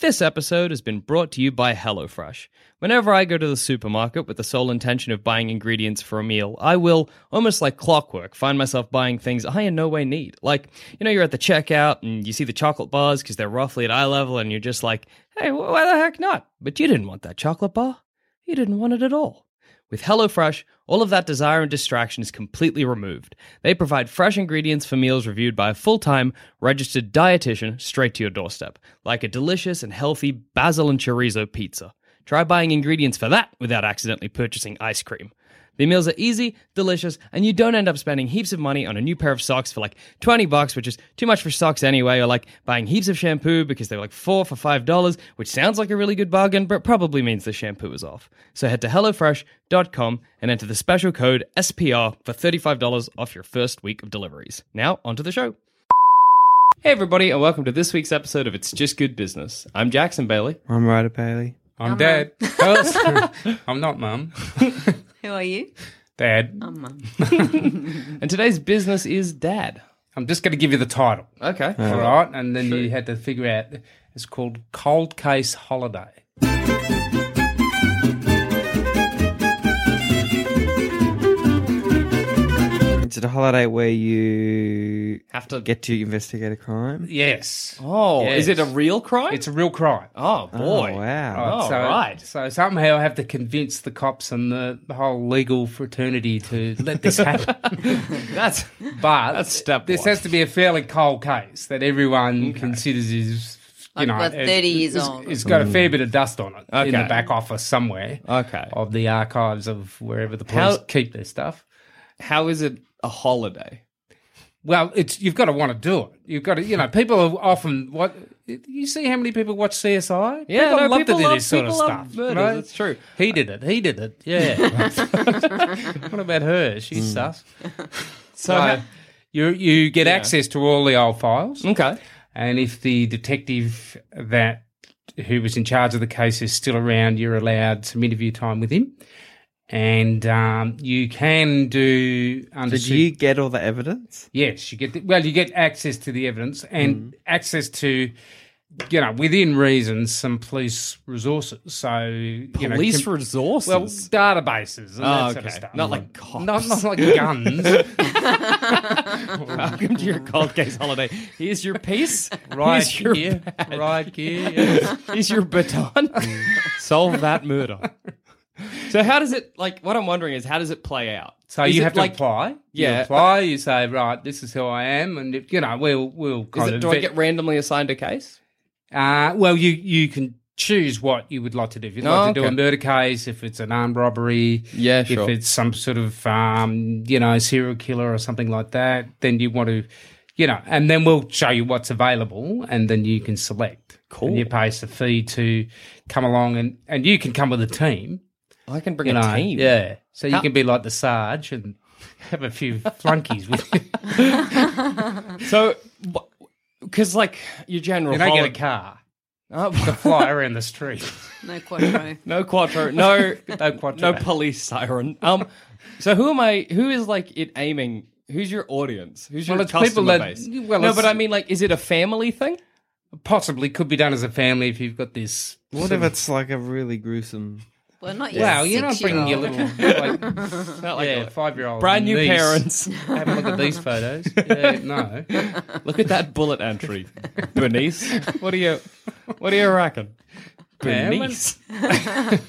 This episode has been brought to you by HelloFresh. Whenever I go to the supermarket with the sole intention of buying ingredients for a meal, I will, almost like clockwork, find myself buying things I in no way need. Like, you know, you're at the checkout and you see the chocolate bars because they're roughly at eye level, and you're just like, hey, wh- why the heck not? But you didn't want that chocolate bar. You didn't want it at all. With HelloFresh, all of that desire and distraction is completely removed. They provide fresh ingredients for meals reviewed by a full time, registered dietitian straight to your doorstep, like a delicious and healthy basil and chorizo pizza. Try buying ingredients for that without accidentally purchasing ice cream. The meals are easy, delicious, and you don't end up spending heaps of money on a new pair of socks for like 20 bucks, which is too much for socks anyway, or like buying heaps of shampoo because they're like 4 for $5, which sounds like a really good bargain, but probably means the shampoo is off. So head to hellofresh.com and enter the special code SPR for $35 off your first week of deliveries. Now, onto the show. Hey everybody, and welcome to this week's episode of It's Just Good Business. I'm Jackson Bailey. I'm Ryder Bailey. I'm dead. Oh, I'm not, mum. Who are you? Dad. Um, I'm mum. And today's business is dad. I'm just going to give you the title, Okay. all right? And then you had to figure out. It's called Cold Case Holiday. Is it a holiday where you Have to get to investigate a crime? Yes. Oh, Yes. is it a real crime? It's a real crime. oh boy! Oh, wow. Oh, so, right. So somehow I have to convince the cops and the, the whole legal fraternity to let this happen. That's but That's step this one. has to be a fairly cold case that everyone considers is. You Like, know, what, 30 years it's, old? It's got a fair bit of dust on it in Mm. Okay. the back office somewhere. Okay. Of the archives of wherever the How- police keep their stuff. how is it a holiday? Well, it's you've got to want to do it. You've got to, you know, people are often what you see how many people watch CSI. Yeah, people no, love people to do love- this sort of people love stuff. murders, it's true. He did it. He did it. Yeah. what about her? She's sus. So, Hmm. So you you get access to all the old files, ha- okay. and if the detective that who was in charge of the case is still around, you're allowed some interview time with him, and um, you can do under Did you get all the evidence? Yes, you get the, well, you get access to the evidence Mm-hmm. and access to, you know, within reason, some police resources. So you know, Police com- resources. well, databases and Oh, that sort okay. of stuff. Not like cops. not, not like guns. Welcome to your cold case holiday. Here's your piece. right Here's your, here, right here. yes. here's your baton. Solve that murder. So how does it like? What I'm wondering is how does it play out? So Is you it have to like- apply. Yeah. you apply. You say, right, this is who I am, and if, you know, we'll we'll. Is Kind it, of do I vet- get randomly assigned a case? Uh, well, you you can choose what you would like to do. If you'd Oh, like to do okay. a murder case, if it's an armed robbery, Yeah, sure. if it's some sort of um, you know serial killer or something like that, then you want to, you know, and then we'll show you what's available, and then you can select. Cool. And you pay us a fee to come along, and and you can come with a team. I can bring You a know, team. yeah. So How- you can be like the sarge and have a few flunkies with you. So, because like your general You don't get a holiday- car. Oh, Fly around the street. No quadro. no quattro, no No no quattro. police siren. Um, so who am I? Who is like it aiming? Who's your audience? Who's your Well, it's people customer that- base? well, no, it's- but I mean, like, is it a family thing? Possibly could be done as a family if you've got this. What if it's like a really gruesome? Well, not yet. Wow, you're not bringing your little like, Not like yeah, a- five year old brand new parents. Have a look at these photos. Yeah, no, Look at that bullet entry, Bernice. What do you? What do you reckon? Yeah, Bernice. But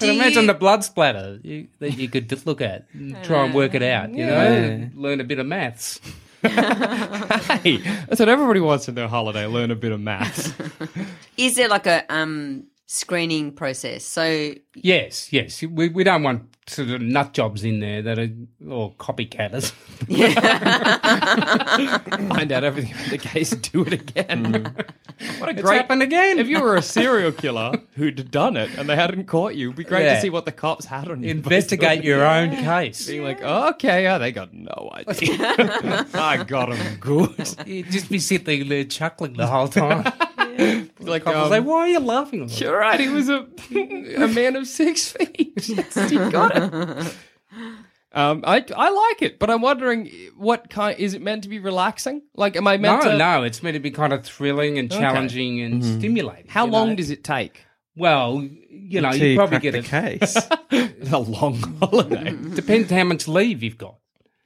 Do imagine you- the blood splatter you, that you could just look at and try and work it out, you know? Learn a bit of maths. Hey, that's what everybody wants in their holiday. Learn a bit of maths. Is there like a um screening process? So Yes, yes. We, we don't want sort of nut jobs in there that are or copycatters. Find out everything about the case and do it again. What a It's great happened again. If you were a serial killer who'd done it and they hadn't caught you, it'd be great Yeah. to see what the cops had on you. Investigate your own case. Being like, oh, okay, oh, they got no idea. I got them good. You'd just be sitting there chuckling the whole time. Like, I was um, like, why are you laughing? you're right, he was a, a man of six feet. Yes, he got it. Um, I, I like it, but I'm wondering what kind is it meant to be relaxing? Like, am I No, meant to? no, it's meant to be kind of thrilling and challenging and stimulating. How you long know? does it take? Well, you know, Until you probably crack get the it. case. A long holiday. Depends how much leave you've got.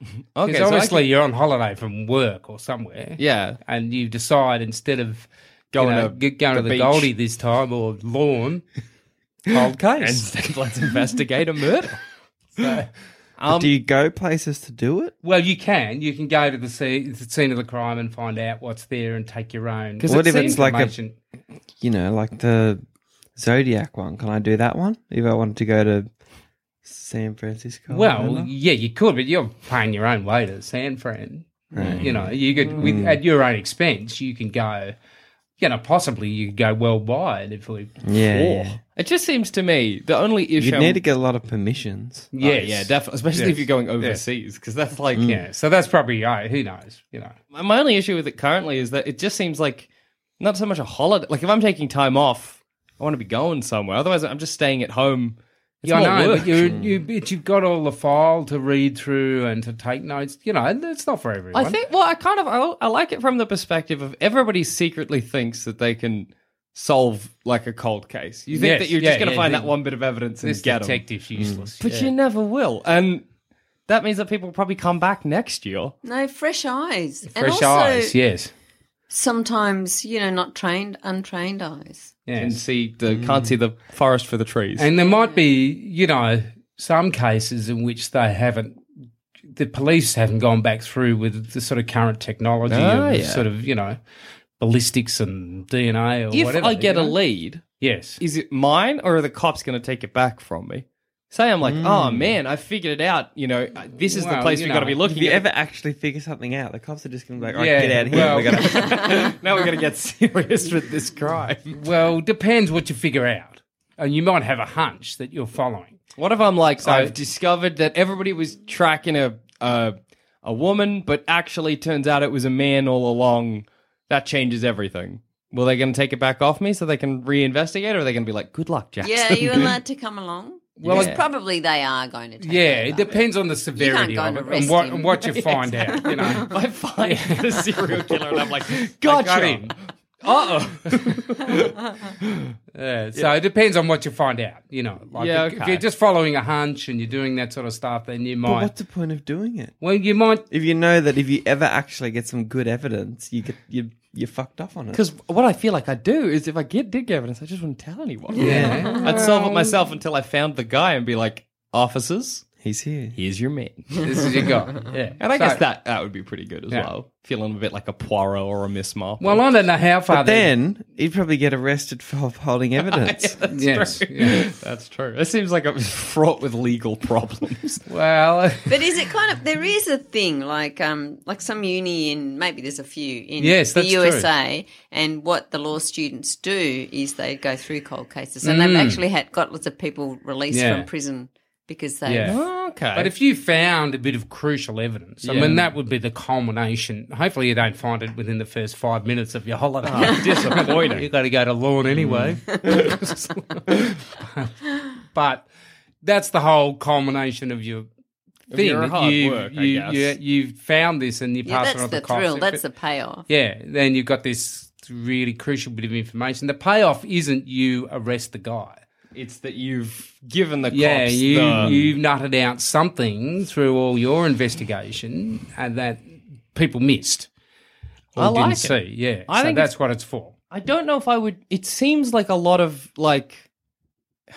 Mm-hmm. okay, Because so I obviously can- you're on holiday from work or somewhere. yeah. And you decide instead of Going going, you know, to g- going the to the beach. Goldie this time or lawn, cold case. Instead, let's investigate a murder. Um, do you go places to do it? well, you can. You can go to the scene, the scene of the crime and find out what's there and take your own. What if it's like a- information. You know, like the Zodiac one. Can I do that one? If I wanted to go to San Francisco. Well, whatever? yeah, you could, but you're paying your own way to San Fran. You know, you could Mm. with at your own expense. You can go. You know, possibly you could go worldwide if we. yeah, Or yeah. It just seems to me the only issue. You'd need to get a lot of permissions. Yeah, Yes. yeah, definitely. Especially if Yes. Mm. you're going overseas, because that's like Yeah, so that's probably uh, who knows. You know, my- my only issue with it currently is that it just seems like not so much a holiday. Like if I'm taking time off, I want to be going somewhere. Otherwise, I'm just staying at home. It's yeah, more I know, work. but you you but you've got all the file to read through and to take notes. You know, and it's not for everyone. I think. Well, I kind of I, I like it from the perspective of everybody secretly thinks that they can solve like a cold case. You think Yes, that you're yeah, just going to yeah, find the- that one bit of evidence and this get 'em. Mm. detective's useless. but yeah. you never will, and that means that people will probably come back next year. no fresh eyes. and fresh also, eyes, yes, Sometimes you know, not trained, untrained eyes. and yes. see the can't see the forest for the trees. And there might be, you know, some cases in which they haven't, the police haven't gone back through with the sort of current technology Oh, of yeah. sort of, you know, ballistics and DNA or if whatever. I get you a know? lead, Yes. is it mine or are the cops going to take it back from me? Say I'm like, oh man, I figured it out. You know, this is the Mm. Well, place you we got to know, be If looking you at. ever actually figure something out, the cops are just going to be like, all right, Yeah, get out of here. well- We're gonna... now we're going to get serious with this crime. Well, depends what you figure out. And you might have a hunch that you're following. What if I'm like, I've discovered that everybody was tracking a a, a woman, but actually turns out it was a man all along. That changes everything. Well, they going to take it back off me so they can reinvestigate, or are they going to be like, good luck, Jackson? Yeah, are you allowed to come along? Well, Yeah. probably they are going to. Take Yeah, it over. depends on the severity go of and it and arrest what, him. and what you find out, you know. I find the serial killer, and I'm like, gotcha. got him. Uh oh. Yeah, so it depends on what you find out, you know. Like Yeah, if- if okay. you're just following a hunch and you're doing that sort of stuff, then you but might. what's the point of doing it? well, you might If you know that if you ever actually get some good evidence, you get you you're fucked up on it. Because what I feel like I do is if I get did get evidence, I just wouldn't tell anyone. Yeah. I'd solve it myself until I found the guy and be like, officers, He's here. here's your man. This is your guy. Yeah. And I guess So- that, that would be pretty good as Yeah. well. Feeling a bit like a Poirot or a Miss Marple. Well, I don't know how far But they- then he'd probably get arrested for holding evidence. that's Yes, true. yeah. That's true. It seems like I'm fraught with legal problems. Well, But is it kind of there is a thing like um like some uni in maybe there's a few in Yes, the that's true. USA and what the law students do is they go through cold cases and they've actually had got lots of people released Mm. Yeah. from prison because they Yeah. okay. but if you found a bit of crucial evidence, I Yeah. mean, that would be the culmination. Hopefully, you don't find it within the first five minutes of your holiday. disappointing. Ah, Mm. you got to go to lawn anyway. but that's the whole culmination of your thing. your that hard you've- work, I you, guess. You, have found this and you Yeah, pass it that's on to the, the cops. thrill. If That's it- the payoff. Yeah, then you've got this really crucial bit of information. The payoff isn't you arrest the guy. it's that you've given the cops Yeah, you the... you've nutted out something through all your investigation and that people missed. Or I like didn't it. see. Yeah. I so think that's what it's for. I don't know if I would. It seems like a lot of like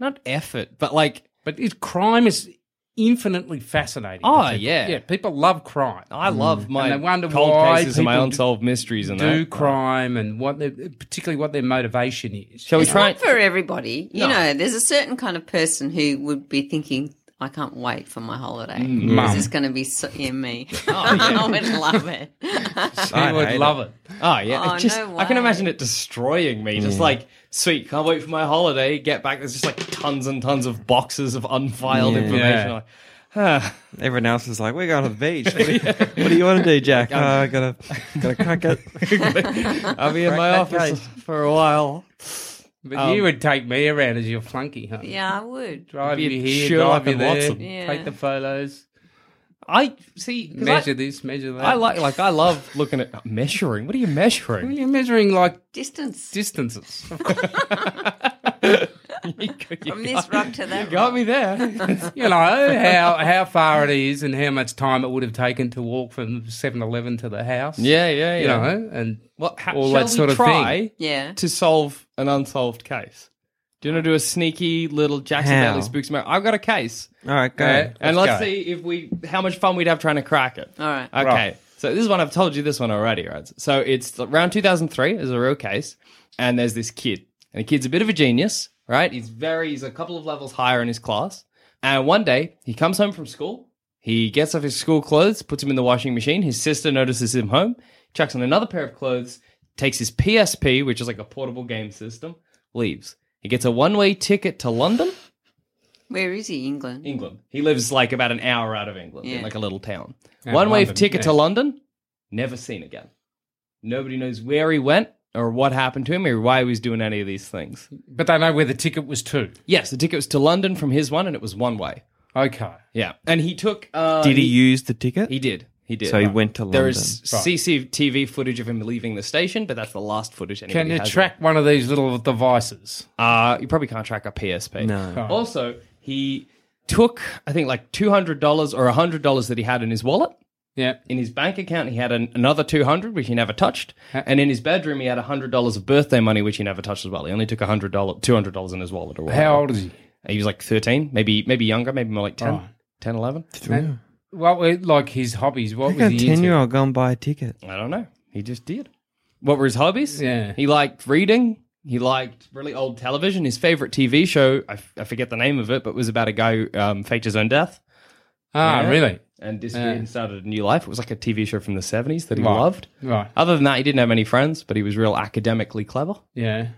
not effort, but like But it, crime is infinitely fascinating. to Oh, people. yeah. yeah. People love crime. I love my Mm. And they wonder cold why cases and my people unsolved mysteries and do that. crime and what, their, particularly what their motivation is. Shall we It's try? not for everybody. You No. know, there's a certain kind of person who would be thinking, I can't wait for my holiday. This is going to be so, yeah, me. Oh, I would love it. I would hate love it. Oh yeah, Oh, it just no I can way. imagine it destroying me. Just like sweet, can't wait for my holiday. Get back. There's just like tons and tons of boxes of unfiled Yeah. information. Yeah. Like, Everyone else is like, we're going to the beach. What do you, what do you want to do, Jack? Oh, I gotta, gotta crack it. I'll be in Crack my that office for a while. But you would take me around as your flunky, huh? Yeah, I would. Drive Be you here, Sherlock drive you and there, Watson. Yeah. take the photos, I see. 'cause measure I, this, measure that. I like like I love looking at measuring. What are you Well, measuring? You're measuring like Distance distances. you from this rug to that got rug. me there. you know how how far it is and how much time it would have taken to walk from 7-Eleven to the house. yeah, yeah, yeah. you know, and What, ha- all shall that sort we of try thing. Yeah. to solve an unsolved case? Do you want to do a sneaky little Jackson How? Bailey spooks? Mar- I've got a case, All right, go. Yeah. and Let's let's go. see if we how much fun we'd have trying to crack it. All right. Okay. Right. So this is one I've told you this one already, right? So it's around 2003 is a real case, and there's this kid, and the kid's a bit of a genius, right? He's very he's a couple of levels higher in his class, and one day he comes home from school. He gets off his school clothes, puts them in the washing machine. His sister notices him home, chucks on another pair of clothes, takes his PSP, which is like a portable game system, leaves. He gets a one-way ticket to London. Where is he? England. England. He lives like about an hour out of England in Yeah. like a little town. Yeah, One way London, ticket to yeah. London, never seen again. Nobody knows where he went or what happened to him or why he was doing any of these things. but they know where the ticket was to. Yes, the ticket was to London from his one and it was one way. Okay, Yeah. And he took. Uh, Did he use the ticket? He did. He did. So he went to There is London. CCTV footage of him leaving the station, but that's the last footage anybody can you has of track one of these little devices? Uh, you probably can't track a PSP. No. Oh. Also, he took, I think, like $200 or $100 that he had in his wallet. Yeah, In his bank account, he had an, another 200 which he never touched. And in his bedroom, he had $100 of birthday money, which he never touched as well. He only took $100, $200 in his wallet. Or whatever. how old Oh. is he? He was like 13, maybe maybe younger, maybe more like 10, 10, 11. What were like his hobbies? What How was can a he into? ten-year-old go and buy a ticket? I don't know. He just did. What were his hobbies? Yeah. He liked reading. He liked really old television. His favorite TV show, I, f- I forget the name of it, but was about a guy who um, faked his own death Ah, Yeah. really? and disappeared and started a new life. It was like a TV show from the 70s that he Right. loved. Right. Other than that, he didn't have any friends, but he was real academically clever. Yeah.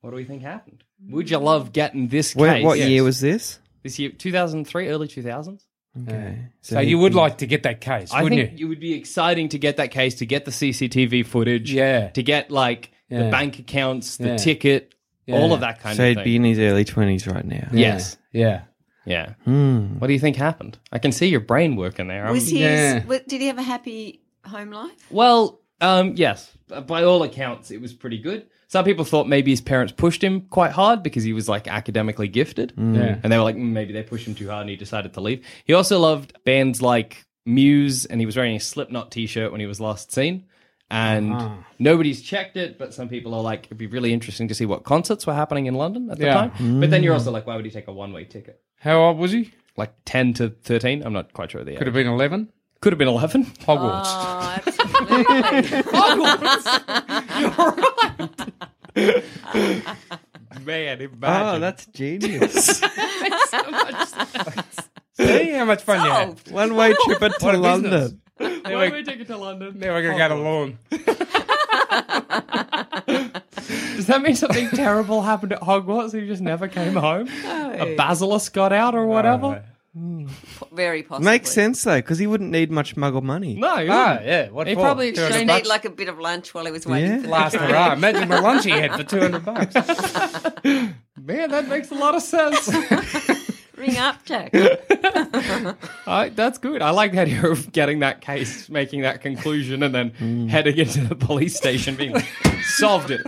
What do we think happened? Would you love getting this case? Where, what Yes. year was this? this year? 2003, early 2000s. Okay. So you would like to get that case, I wouldn't think you? it would be exciting to get that case, to get the CCTV footage, Yeah. to get like the Yeah. bank accounts, the Yeah. ticket, all of that kind So of he'd thing. be in his early twenties right now. yes, Yeah. yeah. Hmm. What do you think happened? I can see your brain working there. Um, I'm- Was he? Yeah. wa- Did he have a happy home life? Well, um, yes, by all accounts, it was pretty good. Some people thought maybe his parents pushed him quite hard because he was like academically gifted. Hmm. Yeah. And they were like, "Mm, maybe they pushed him too hard and he decided to leave. He also loved bands like Muse and he was wearing a Slipknot t shirt when he was last seen. And nobody's checked it, but some people are like, it'd be really interesting to see what concerts were happening in London at the Yeah. time. But then you're also like, why would he take a one way ticket? How old was he? Like 10 to 13? I'm not quite sure of the Could age. have been eleven. Could have been 11. Hogwarts. Ah, Oh, absolutely. Man, Ah, Oh, that's genius. See how much fun you had. One way trip it to a business. London. Why would we take it to London? Now we're gonna go to lawn. Does that mean something terrible happened at Hogwarts? He just never came home. A basilisk got out or whatever. Very possible. Makes sense though, because he wouldn't need much muggle money. No, he Ah, wouldn't. yeah. What He for? probably 200 Did he bucks? need like a bit of lunch while he was waiting Yeah. for the last train? hurrah. Imagine the lunch he had for two hundred bucks. man, that makes a lot of sense. Ring up, Jack. I- that's good. I like the idea of getting that case, making that conclusion, and then Mm. heading into the police station, being like, solved it.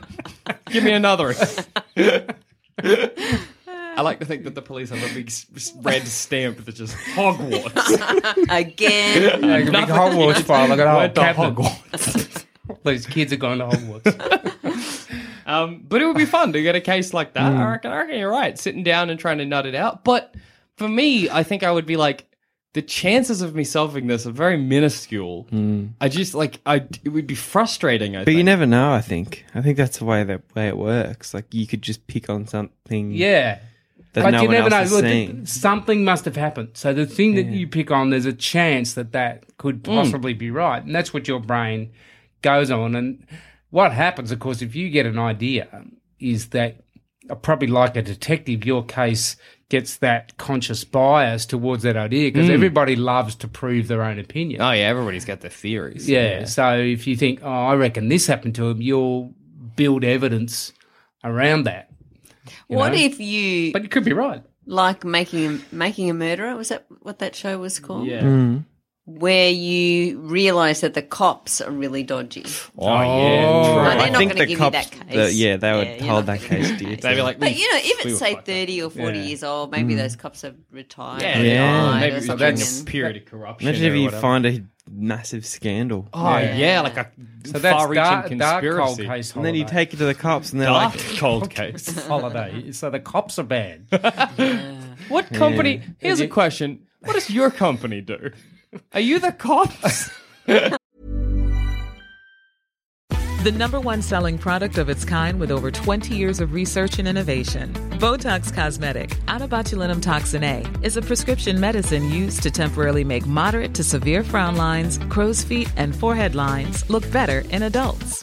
Give me another. I like to think that the police have a big s- s- red stamp that's just Hogwarts. Again. Like a big Hogwarts file. Like a whole Went to cabinet. Hogwarts. These kids are going to Hogwarts. Um, but it would be fun to get a case like that. Mm. I reckon. I reckon you're right. Sitting down and trying to nut it out. But for me, I think I would be like, the chances of me solving this are very minuscule. I just like I. It would be frustrating. Mm. I But think. you never know. I think. I think that's the way that way it works. Like you could just pick on something. Yeah. That but no you one never know. else is Look, th- seeing. something must have happened. So the thing that you pick on, there's a chance that that could Hmm. possibly be right, and that's what your brain goes on. And what happens, of course, if you get an idea, is that uh, probably like a detective, your case gets that conscious bias towards that idea Hmm. because everybody loves to prove their own opinion. Oh yeah, everybody's got their theories. Yeah. So if you think, oh, I reckon this happened to him, you'll build evidence around that. what know? if you But you could be right. like making a, making a murderer? Was that what that show was called? Yeah. Hmm. Where you realise that the cops are really dodgy. Oh yeah. No, true. they're not think the going to give cops- you that the- case. yeah, they would you're hold not that gonna case give them dear. that They'd be like, But "We- you know, we if it's were say fucked up." thirty or forty Yeah. years old, maybe Hmm. those cops have retired. Yeah, or they are. died Maybe or it was something during a and- period of corruption. Imagine if or you whatever. find a massive scandal. Oh yeah, Yeah. like a So that's far-reaching dark, dark conspiracy. cold case and then you holiday. take it to the cops, and they're Dark like, cold case. holiday. So the cops are bad. What company? Here's a question. What does your company do? Are you the cops? The number one selling product of its kind with over 20 years of research and innovation. Botox Cosmetic, out of botulinum toxin A, is a prescription medicine used to temporarily make moderate to severe frown lines, crow's feet, and forehead lines look better in adults.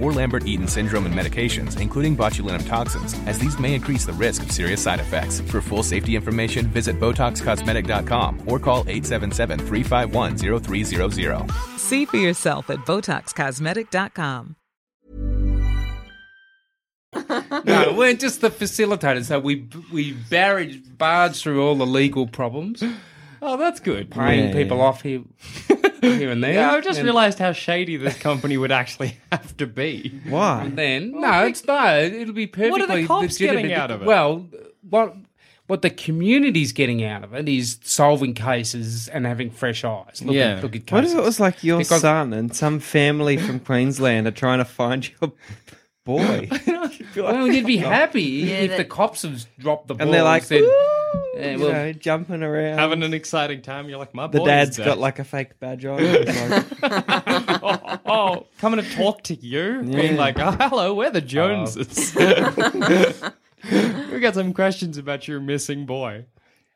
or Lambert Eaton syndrome and medications, including botulinum toxins, as these may increase the risk of serious side effects. For full safety information, visit BotoxCosmetic.com or call 877 351 0300. See for yourself at BotoxCosmetic.com. no, we're just the facilitators. So we we barraged, barged through all the legal problems, oh, that's good. paying Yeah. people off here, here and there. Yeah, I just and realized how shady this company would actually have to be. "Why?" Then no, it's no. It'll be perfectly. What are the cops getting legitimate. out of it? Well, what what the community's getting out of it is solving cases and having fresh eyes. Look Yeah. at, look at cases. What if it was like your Because- son and some family from Queensland are trying to find your boy? Well, you'd be happy if that- the cops have dropped the ball. and they're like, said, "Woo," Yeah, you well- know, jumping around. Having an exciting time, you're like, my the boy dad's dad's got like a fake badge on. It's like, oh, oh, coming to talk to you, being like, oh, hello, we're the Joneses. Uh. we got some questions about your missing boy.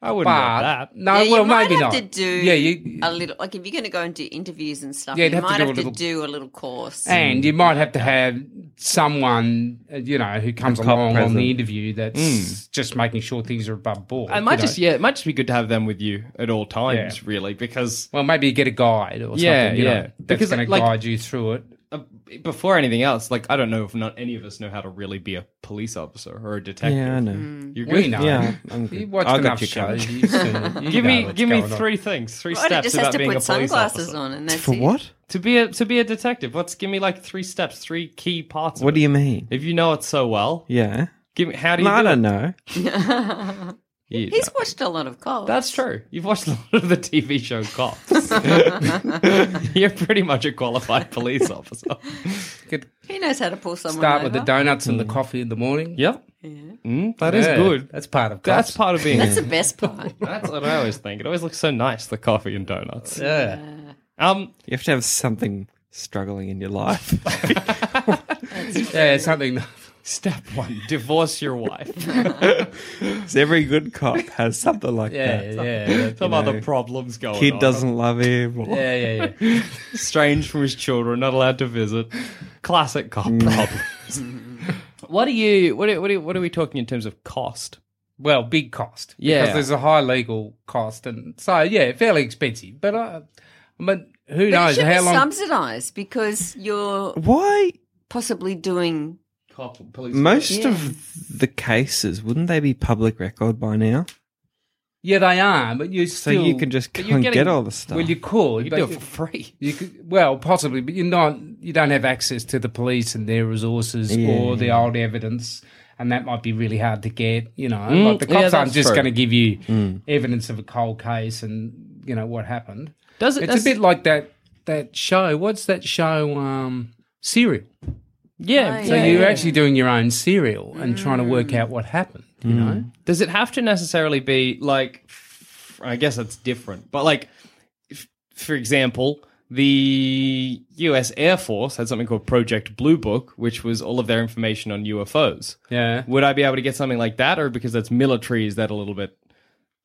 I wouldn't want that. but no, Yeah, you uh, well, might maybe not. have to do yeah, you, a little. Like if you're going to go and do interviews and stuff, Yeah, you'd you have to might do have a to little- do a little course. And you might have to have someone, uh, you know, who comes cop along on present. the interview that's Hmm. just making sure things are above board. It might you know. just, yeah, it might just be good to have them with you at all times, really, because Well, maybe you get a guide or Yeah, something. You yeah. Know, that's Because, going to like- guide you through it. uh, before anything else, like, I don't know if not any of us know how to really be a police officer or a detective. yeah, I know. Mm. You're We good. know. Yeah, I'm good. You watched I got enough you covered. shows. You've seen it. You Give know me, what's give me going on. three things, three Right, it steps just has about to being a put police sunglasses officer. on, and that's For it. what? To be a to be a detective, let's give me like three steps, three key parts. of What do it. you mean? If you know it so well, Yeah. give me how do you? No, I do don't it? know. You He's know. watched a lot of cops. That's true. You've watched a lot of the TV show Cops. You're pretty much a qualified police officer. Could He knows how to pull someone start with over. the donuts and the coffee in the morning. Yep. Mm, that is Yeah, Hmm. good. That's part of That's cops. part of being. That's the best part. That's what I always think. It always looks so nice, the coffee and donuts. yeah. Um, You have to have something struggling in your life. Yeah, it's something. step one: divorce your wife. 'Cause every good cop has something like Yeah, that. yeah, yeah. Some other problems going Kid on. doesn't love him. Or, Yeah, yeah, yeah. estranged from his children, not allowed to visit. Classic cop Mm. problems. what are you? What are, what, are, what are we talking in terms of cost? Well, big cost. Yeah. Because there's a high legal cost. And so, yeah, fairly expensive. But, uh, but who But it knows should how be long. subsidised because you're Why? possibly doing cop or police. Most of the cases, wouldn't they be public record by now? Yeah, they are, but you So still. you can just but go you're and get all the stuff. Well, you could. You but do it for free. You could, well, possibly, but you're not. You don't have access to the police and their resources Yeah. or the old evidence, and that might be really hard to get. You know, Mm, like the yeah, cops aren't that's just true. going to give you Mm. evidence of a cold case and you know what happened. Does it- It's a that's- bit like that that show. What's that show? Um, serial. Yeah, So you're actually doing your own serial and trying to work out what happened. You know. Does it have to necessarily be like? f- I guess that's different, but like, f- for example, the U.S. Air Force had something called Project Blue Book, which was all of their information on UFOs. Yeah. Would I be able to get something like that, or because that's military, is that a little bit,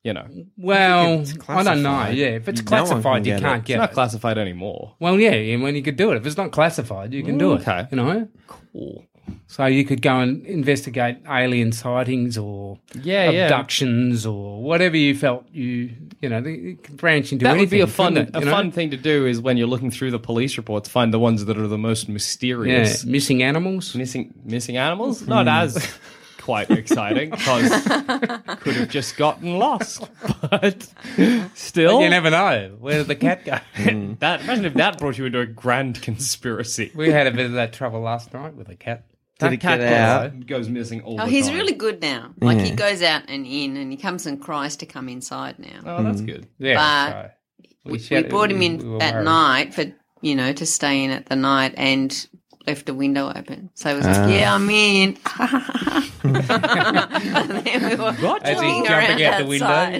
you know? Well, I don't know. Yeah, if it's No one can classified, you can't get It's not it. classified anymore. Well, yeah, and when you could do it, if it's not classified, you can do Mm, it. Okay. You know, cool. So you could go and investigate alien sightings or Yeah, yeah. abductions or whatever you felt you you know they- you can branch into. That would anything, be a fun couldn't it, a you know? fun thing to do is when you're looking through the police reports, find the ones that are the most mysterious. Yeah, missing animals. Missing missing Hmm. animals? Not as quite exciting because could have just gotten lost. But still But you never know. Where did the cat go? that imagine if that brought you into a grand conspiracy. we had a bit of that trouble last night with a cat. That That cat cat goes- goes- goes missing all Oh, the he's time. really good now. Like he Yeah. goes out and in, and he comes and cries to come inside now. Oh, Mm. that's good. but we we, shouted- brought him we- in we were at worried. night for you know to stay in at the night and left a window open. So it was like, Ah. yeah, I'm in. and then we were Gotcha. As he's walking around jumping out the window. outside.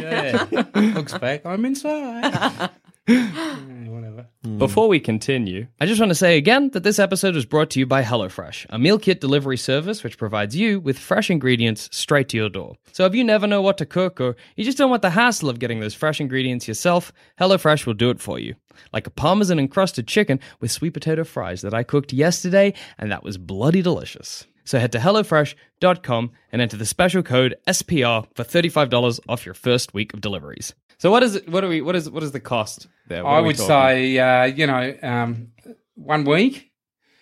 Yeah. Looks back. I'm inside. Mm. Before we continue, I just want to say again that this episode was brought to you by HelloFresh, a meal kit delivery service which provides you with fresh ingredients straight to your door. So if you never know what to cook or you just don't want the hassle of getting those fresh ingredients yourself, HelloFresh will do it for you. Like a parmesan encrusted chicken with sweet potato fries that I cooked yesterday, and that was bloody delicious. So head to HelloFresh.com and enter the special code SPR for $35 off your first week of deliveries. So what is it, what are we what is what is the cost there? What I are we would talking? say, uh, you know, um, one week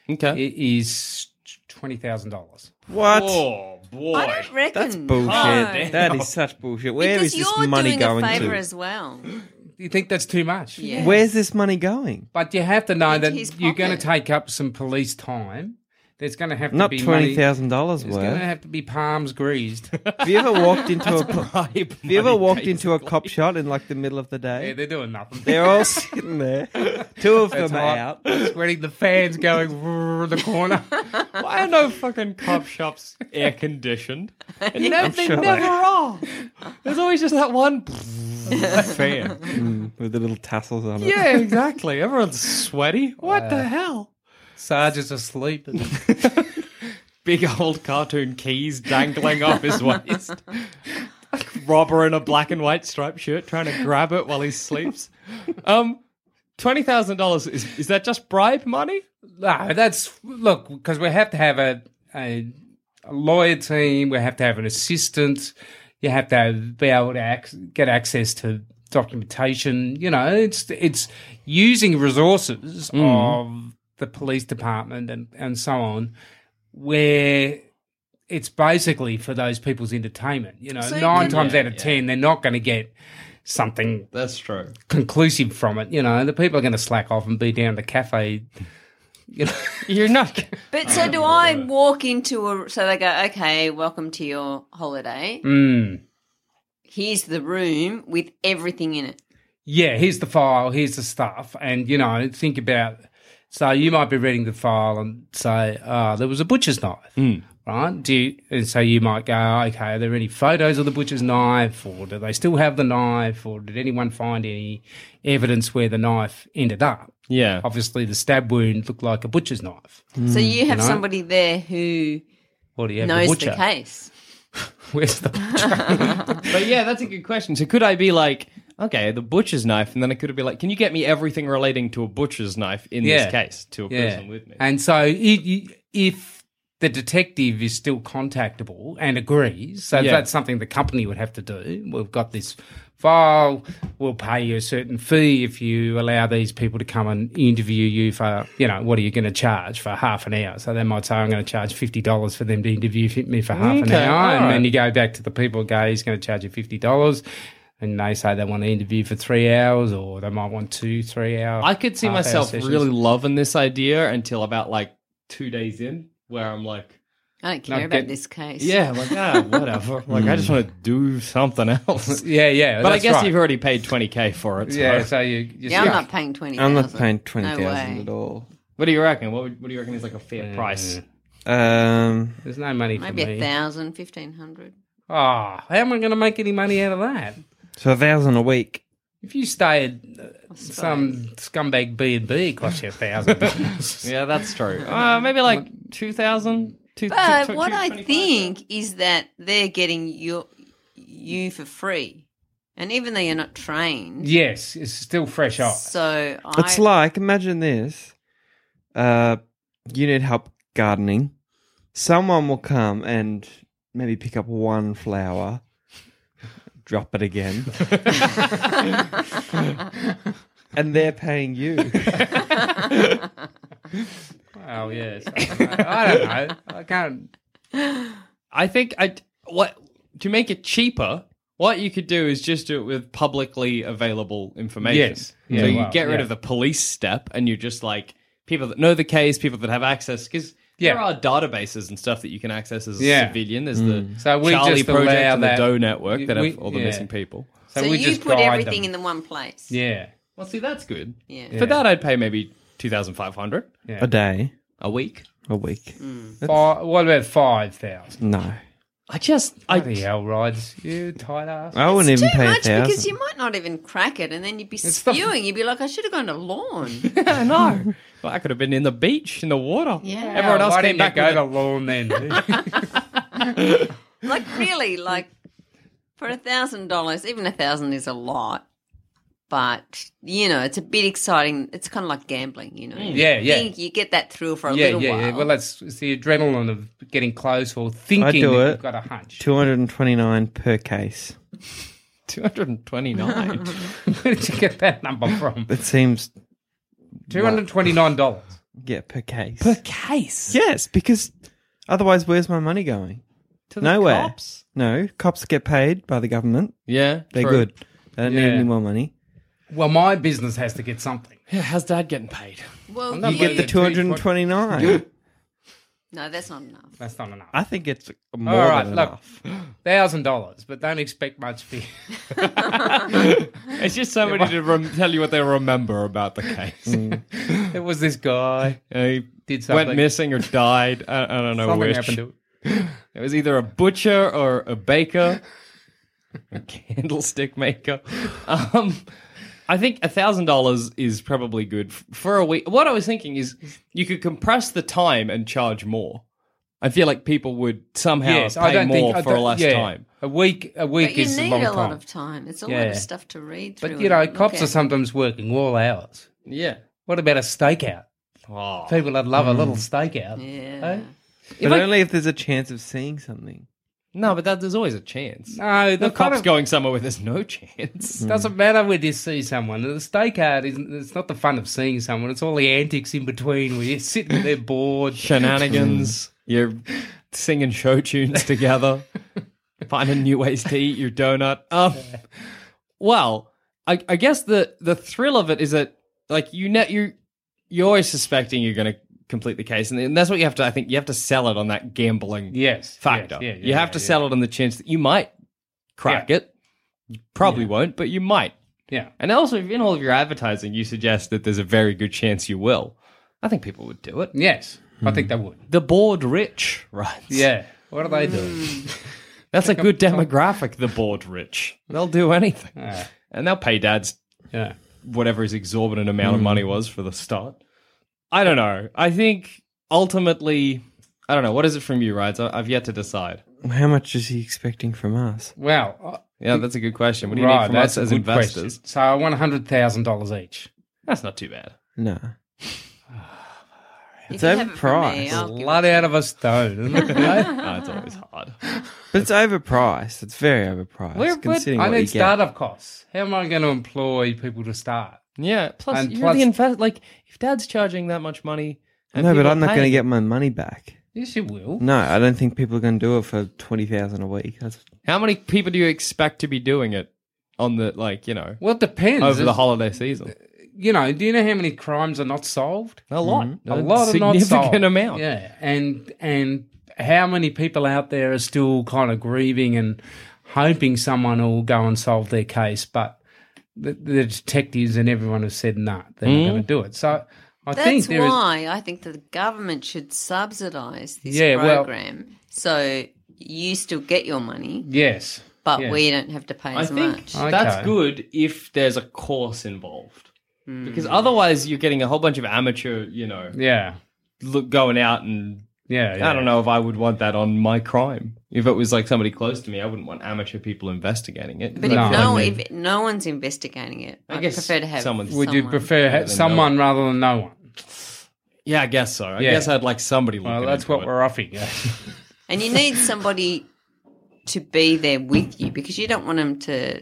Okay. i- is twenty thousand dollars. What? Oh boy, I don't reckon. That's bullshit. No. That is such bullshit. Where is because this you're money doing going a favour to? as well. You think that's too much? Yeah. Where's this money going? But you have to know Into that his you're going to pocket. take up some police time. There's going to have Not to be twenty money- thousand dollars There's going to worth. have to be palms greased. Have you ever walked into a po- have bribe you ever money, walked into a cop shot in like the middle of the yeah, day? they're doing nothing. They're all sitting there. Two of That's them are hot. out. Sweating the fans going "Vroom," in the corner. Why are no fucking cop shops air conditioned? And never, they sure. never are. There's always just that one fan. Mm, with the little tassels on it. Yeah, exactly. Everyone's sweaty. What the hell? Sarge is asleep. And Big old cartoon keys dangling off his waist. Robber in a black and white striped shirt trying to grab it while he sleeps. Um, twenty thousand dollars is is that just bribe money? No, that's look because we have to have a, a a lawyer team. We have to have an assistant. You have to have, be able to ac- get access to documentation. You know, it's it's using resources of the police department and and so on, where it's basically for those people's entertainment. You know, So you nine can- times out of ten, they're not going to get something That's true. conclusive from it. You know, the people are going to slack off and be down the cafe. You know, You're not. But so do I walk into a. So they go, okay, welcome to your holiday. Mm. Here's the room with everything in it. yeah, here's the file, here's the stuff, and you know, think about. So you might be reading the file and say, "Ah, there was a butcher's knife." Mm. Right? Do you, and so you might go, okay, are there any photos of the butcher's knife, or do they still have the knife, or did anyone find any evidence where the knife ended up? Yeah. Obviously, the stab wound looked like a butcher's knife. So you have know? somebody there who Or do you have knows the the, butcher? case. Where's the butcher? But yeah, that's a good question. So could I be like, okay, the butcher's knife, and then I could be like, can you get me everything relating to a butcher's knife in Yeah. this case to a person with me? And so i- i- if the detective is still contactable and agrees. So Yeah. that's something the company would have to do. We've got this file. We'll pay you a certain fee if you allow these people to come and interview you for, you know, what are you going to charge for half an hour? So they might say, I'm going to charge $50 for them to interview fi- me for half an Okay, hour. all And right. then you go back to the people, go, he's going to charge you $50. And they say they want to interview for three hours, or they might want two, three hours. I could see myself really loving this idea until about like two days in, where I'm like, I don't care Not about get- this case. yeah, like ah, whatever. Like I just want to do something else. Yeah, yeah, But I that's guess right. you've already paid twenty k for it. Yeah, so you- you Yeah, I'm not paying twenty. I'm not paying twenty No thousand way. at all. What do you reckon? What, would, what do you reckon is like a fair price? Um, There's no money for Maybe me. a thousand, fifteen hundred. Ah, how am I going to make any money out of that? so a thousand a week. If you stay at uh, some scumbag B and B, costs you a thousand dollars. Yeah, that's true. Uh, maybe like two thousand. But what I think is that they're getting your you for free, and even though you're not trained, Yes, it's still fresh off. So I, It's like imagine this. Uh, you need help gardening. Someone will come and maybe pick up one flower, drop it again, and they're paying you. Oh yes, I don't know. I can't. I think I what to make it cheaper. What you could do is just do it with publicly available information. Yes. Yeah, so you well, get rid yeah. of the police step, and you just like people that know the case, people that have access, because Yeah. there are databases and stuff that you can access as a Yeah. Mm. civilian. There's the So we Charlie just Project allow and the that- Doe Network that have we- all the yeah. missing people. so we you just put guide everything them. in the one place. Yeah, Well, see, that's good. Yeah. For that, I'd pay maybe two thousand five hundred A day, a week. a week. Hmm. Fi what about five thousand? No, I just, I, Bloody hell, rides you tight ass. I wouldn't Too even pay a much because thousand. you might not even crack it, and then you'd be It's the- spewing. You'd be like, "I should have gone to lawn." I know. Well, I could have been in the beach, in the water. Yeah. Everyone else Why came didn't back. you with go a- to lawn then? like really, like for a thousand dollars, even a thousand is a lot. But you know, it's a bit exciting. It's kind of like gambling, you know. You Mm. Yeah, yeah. Think you get that thrill for a yeah, little yeah, while. yeah. Well, that's it's the adrenaline of getting close or thinking do that it. you've got a hunch. Two hundred and twenty-nine per case. 229. Where did you get that number from? It seems Two hundred twenty-nine dollars. yeah per case. case. yes, because otherwise, where's my money going? To Nowhere. No, cops get paid by the government. Yeah. They're true. good. They don't need Yeah. any more money. Well, my business has to get something. Yeah, how's dad getting paid? Well, I'm not you- Get the Yeah, 229. no, that's not enough. That's not enough. I think it's more All right, than look. enough. Thousand dollars, but don't expect much. For It's just somebody to rem- tell you what they remember about the case. it was this guy. He Did something. went missing or died. I, I don't know Something which. happened to it. It was either a butcher or a baker, a candlestick maker. Um, I think thousand dollars is probably good f- for a week. What I was thinking is you could compress the time and charge more. I feel like people would somehow Yes, pay I don't more think I for don't- less yeah. time. A week, a week But you is need a long a time. lot of time. It's a lot Yeah. of stuff to read through. but you know, and look cops at. are sometimes working all hours. Yeah. What about a stakeout? Oh. People would love a little stakeout. Yeah. eh? But only if there's a chance of seeing something. No, but that, there's always a chance. No, the the cop's kind of- going somewhere where there's no chance. Doesn't matter when you see someone. The stakeout isn't. It's not the fun of seeing someone. It's all the antics in between where you're sitting there bored. Shenanigans. you're singing show tunes together. finding new ways to eat your donut. Um, well, I, I guess the the thrill of it is that like you net you you're always suspecting you're going to complete the case, and, and that's what you have to. I think you have to sell it on that gambling Yes, factor. yes, yeah, yeah, you have yeah, to yeah. sell it on the chance that you might crack Yeah. it. You probably won't, but you might. Yeah. And also, if in all of your advertising, you suggest that there's a very good chance you will. I think people would do it. Yes, I Hmm. think they would. The bored rich, right? Yeah. What are they doing? Hmm. That's a good demographic, the bored rich. They'll do anything. Yeah. And they'll pay dad's Yeah. whatever his exorbitant amount of Hmm. money was for the start. I don't know. I think ultimately, I don't know. What is it from you, Rides? I- I've yet to decide. How much is he expecting from us? Well, uh, Yeah, that's a good question. What do you right, need from that's us a as good investors? question. So I want hundred thousand dollars each. That's not too bad. No. It's overpriced. Blood out of us, though. doesn't it? No, it's always hard. But it's overpriced. It's very overpriced. Where- where- considering I what you need get. startup costs. How am I going to employ people to start? Yeah. Plus, And you're plus- the invest. Like, if Dad's charging that much money, and No, but people I'm not pay- going to get my money back. Yes, you will. No, I don't think people are going to do it for twenty thousand a week. That's How many people do you expect to be doing it on the like? You know, Well, it depends. over the It's- holiday season. you know, do you know how many crimes are not solved? A lot. A Mm-hmm. A lot of not significant solved. amount. Yeah, and and how many people out there are still kind of grieving and hoping someone will go and solve their case, but the, the detectives and everyone have said nah, they're Mm. not going to do it. So I think That's there is. why I think that the government should subsidise this Yeah, well- program so you still get your money, Yes, but yes. we don't have to pay I as think much. Okay. that's good if there's a course involved, because otherwise you're getting a whole bunch of amateur. You know, Yeah, look going out and yeah, yeah. I don't know if I would want that on my crime. If it was like somebody close to me, I wouldn't want amateur people investigating it. But No. if no, I mean- if no one's investigating it, I, I guess prefer to have someone's- Would you someone. prefer ha- than no someone rather than no one? yeah, I guess so. I Yeah. guess I'd like somebody. Looking Well, that's into what it. we're offering. Yeah. And you need somebody to be there with you because you don't want them to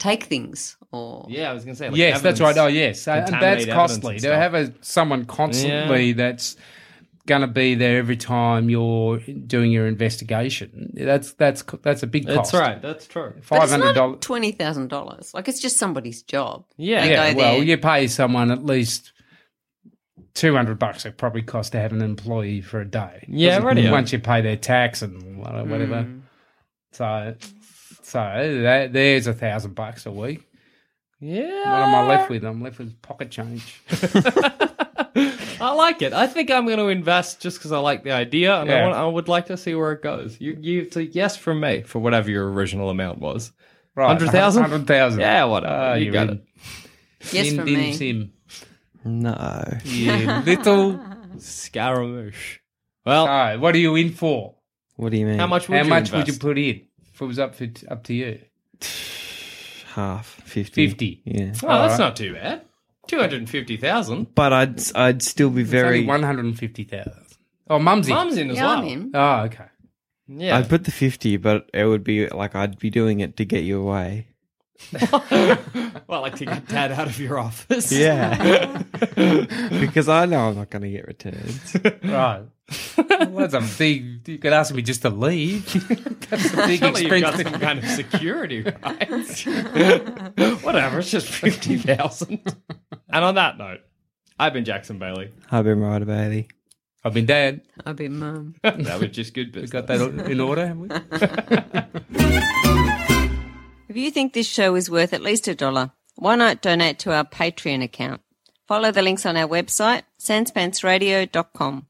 take things or Yeah, I was gonna say. Like yes, that's right. evidence- Oh, yes, Uh, and contaminate that's evidence costly. and To stuff. have a someone constantly that's going to be there every time you're doing your investigation. That's that's co- that's a big cost. That's right. That's true. But Five it's hundred not dollars. twenty thousand dollars. Like it's just somebody's job. Yeah. They Yeah, go well, there. you pay someone at least two hundred bucks. It probably costs to have an employee for a day. Yeah, Hmm. Doesn't- rightio. Once you pay their tax and wha- whatever, so so that, there's a thousand bucks a week. Yeah. What am I Uh. left with? I'm left with pocket change. I like it. I think I'm going to invest just because I like the idea, and I, Yeah. want, I would like to see where it goes. You, you, it's a yes from me for whatever your original amount was. Right, Hundred thousand. Hundred thousand. Yeah, whatever. Ah, you you're got in. it. yes, Sim, for dim, me. sim. no. You little. Scaramouche. Well, So, what are you in for? What do you mean? how much? Would How you much invest? would you put in? If it was up for, up to you, Half fifty. fifty. Yeah. Oh, that's not too bad. Two hundred and fifty thousand. But I'd I'd still be very. one hundred and fifty thousand. Oh, mumsy. Mum's in as Yeah, well. I'm in. Oh, okay. Yeah. I'd put the fifty, but it would be like I'd be doing it to get you away. well, like to get Dad out of your office. Yeah. because I know I'm not going to get returns. Right. well, that's a big. You could ask me just to leave. that's a big Surely you've got expense. some kind of security, right? Whatever, it's just 50,000. And on that note, I've been Jackson Bailey. I've been right, Bailey. I've been dad. I'll be mum. That was just good business. Got that in order, haven't we? If you think this show is worth at least a dollar, why not donate to our Patreon account? Follow the links on our website, sanspantsradio.com.